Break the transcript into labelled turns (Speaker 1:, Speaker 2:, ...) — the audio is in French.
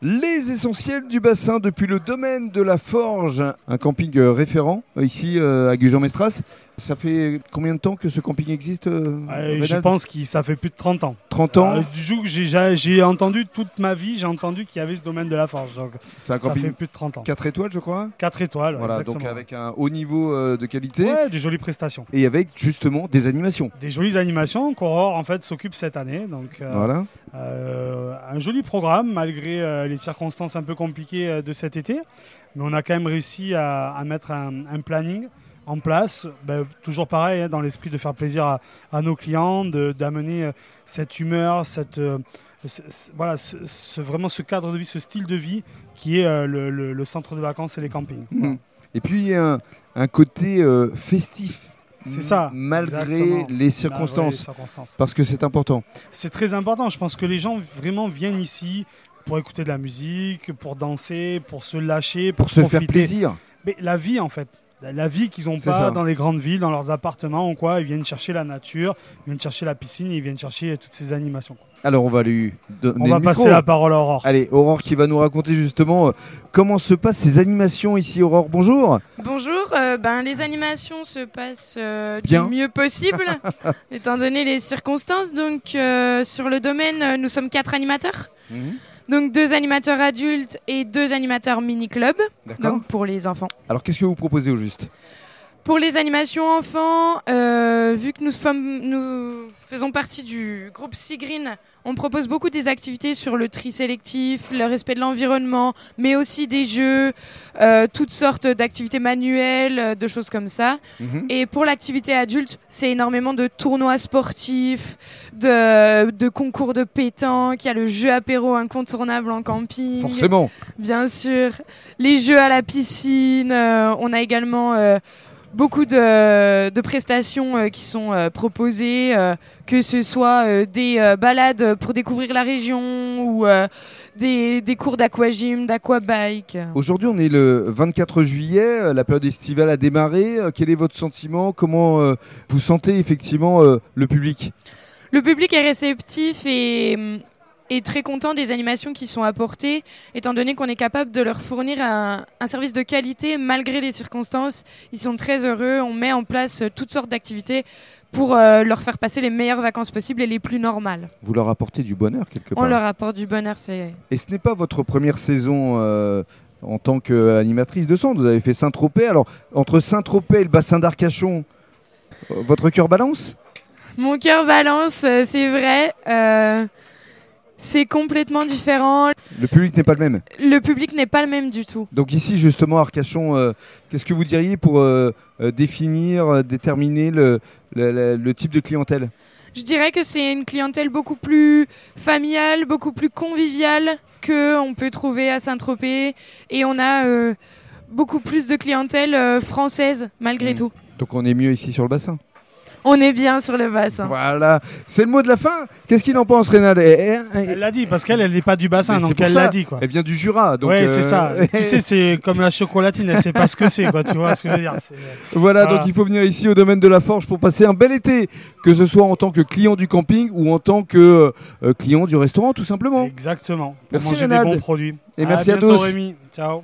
Speaker 1: Les essentiels du bassin depuis le domaine de la Forge, un camping euh, référent euh, ici euh, à Gujan-Mestras. Ça fait combien de temps que ce camping existe euh,
Speaker 2: Euh, je
Speaker 1: Reynald
Speaker 2: pense que ça fait plus de 30 ans.
Speaker 1: 30 ans,
Speaker 2: Euh, du jour que j'ai- j'ai j'ai entendu toute ma vie, j'ai entendu qu'il y avait ce domaine de la forge. Donc
Speaker 1: c'est un
Speaker 2: ça fait
Speaker 1: camping
Speaker 2: plus de 30 ans.
Speaker 1: 4 étoiles je crois.
Speaker 2: 4 étoiles, ouais,
Speaker 1: Voilà,
Speaker 2: exactement.
Speaker 1: donc avec un haut niveau euh, de qualité
Speaker 2: Ouais, des jolies prestations.
Speaker 1: et avec justement des animations.
Speaker 2: Des jolies animations qu'Aurore en fait s'occupe cette année. Donc euh,
Speaker 1: Voilà.
Speaker 2: euh, un joli programme malgré euh, les circonstances un peu compliquées euh, de cet été. Mais on a quand même réussi à, à mettre un, un planning en place. Ben, toujours pareil, hein, dans l'esprit de faire plaisir à, à nos clients, de- d'amener euh, cette humeur, cette, euh, ce- ce- voilà, ce- ce- vraiment ce cadre de vie, ce style de vie qui est euh, le, le- le centre de vacances et les campings.
Speaker 1: Mhm. Et puis il y a un, un côté euh, festif.
Speaker 2: C'est ça,
Speaker 1: Malgré
Speaker 2: exactement.
Speaker 1: les
Speaker 2: Bah Là, vous voyez, Ben, les
Speaker 1: circonstances.
Speaker 2: circonstances.
Speaker 1: Parce que c'est important.
Speaker 2: C'est très important. Je pense que les gens vraiment viennent ici pour écouter de la musique, pour danser, pour se lâcher, pour,
Speaker 1: Pour se
Speaker 2: profiter.
Speaker 1: faire plaisir.
Speaker 2: Mais la vie, en fait. La- La vie qu'ils n'ont
Speaker 1: C'est
Speaker 2: pas
Speaker 1: ça.
Speaker 2: dans les grandes villes, dans leurs appartements ou quoi. Ils viennent chercher la nature, ils viennent chercher la piscine, ils viennent chercher toutes ces animations. quoi.
Speaker 1: Alors on va lui donner
Speaker 2: On
Speaker 1: le
Speaker 2: va
Speaker 1: micro.
Speaker 2: passer la parole à Aurore.
Speaker 1: Allez, Aurore qui va nous raconter justement euh, comment se passent ces animations ici. Aurore, bonjour.
Speaker 3: Bonjour, euh, ben, les animations se passent euh,
Speaker 1: Bien.
Speaker 3: du mieux possible, étant donné les circonstances. Donc, euh, sur le domaine, euh, nous sommes quatre animateurs. Donc, deux animateurs adultes et deux animateurs mini-club,
Speaker 1: D'accord.
Speaker 3: donc pour les enfants.
Speaker 1: Alors qu'est-ce que vous proposez au juste
Speaker 3: Pour les animations enfants, euh, vu que nous, sommes- nous faisons partie du groupe Sea Green, on propose beaucoup des activités sur le tri sélectif, le respect de l'environnement, mais aussi des jeux, euh, toutes sortes d'activités manuelles, euh, de choses comme ça. Et pour l'activité adulte, c'est énormément de tournois sportifs, de, de concours de pétanque, il y a le jeu apéro incontournable en camping.
Speaker 1: Forcément.
Speaker 3: Bien sûr. Les jeux à la piscine, euh, on a également euh, beaucoup de, de prestations euh, qui sont euh, proposées, euh, que ce soit euh, des euh, balades pour découvrir la région ou euh, des, des cours d'aquagym, d'aquabike.
Speaker 1: Aujourd'hui, on est le 24 juillet, euh, la période estivale a démarré. Euh, Quel est votre sentiment Comment euh, vous sentez effectivement euh, le public
Speaker 3: Le public est réceptif et hum, est très content des animations qui sont apportées, étant donné qu'on est capable de leur fournir un, un service de qualité malgré les circonstances. Ils sont très heureux, on met en place euh, toutes sortes d'activités pour euh, leur faire passer les meilleures vacances possibles et les plus normales.
Speaker 1: Vous leur apportez du bonheur quelque
Speaker 3: On
Speaker 1: part.
Speaker 3: leur apporte du bonheur, c'est...
Speaker 1: Et ce n'est pas votre première saison euh, en tant qu'animatrice de centre. Vous avez fait Saint-Tropez. Alors, entre Saint-Tropez et le bassin d'Arcachon, euh, votre cœur balance
Speaker 3: Mon cœur balance, euh, c'est vrai. euh, c'est complètement différent.
Speaker 1: Le public n'est pas le même.
Speaker 3: Le public n'est pas le même du tout.
Speaker 1: Donc ici, justement, Arcachon, euh, qu'est-ce que vous diriez pour euh, euh, définir, euh, déterminer le, le- le- le type de clientèle
Speaker 3: Je dirais que c'est une clientèle beaucoup plus familiale, beaucoup plus conviviale que on peut trouver à Saint-Tropez et on a euh, beaucoup plus de clientèle euh, française malgré
Speaker 1: Mm.
Speaker 3: tout.
Speaker 1: Donc on est mieux ici sur le bassin.
Speaker 3: On est bien sur le hein. bassin.
Speaker 1: Voilà, c'est le mot de la fin. Qu'est-ce qu'il en pense, Rénal Eh, eh, eh,
Speaker 2: Elle l'a dit, parce qu'elle, elle n'est pas du bassin,
Speaker 1: Mais c'est
Speaker 2: donc
Speaker 1: pour
Speaker 2: elle
Speaker 1: ça.
Speaker 2: l'a dit. Quoi.
Speaker 1: Elle vient du Jura, donc
Speaker 2: ouais,
Speaker 1: euh,
Speaker 2: c'est ça. tu sais, c'est comme la chocolatine, elle sait pas ce que c'est, quoi. Tu vois ce que je veux dire c'est-
Speaker 1: Voilà,
Speaker 2: Voilà.
Speaker 1: donc il faut venir ici au domaine de la Forge pour passer un bel été, que ce soit en tant que client du camping ou en tant que euh, client du restaurant, tout simplement.
Speaker 2: Exactement. Pour
Speaker 1: Merci,
Speaker 2: manger des
Speaker 1: Reynald.
Speaker 2: bons produits.
Speaker 1: Et merci à
Speaker 2: bientôt,
Speaker 1: tous.
Speaker 2: Rémi. Ciao.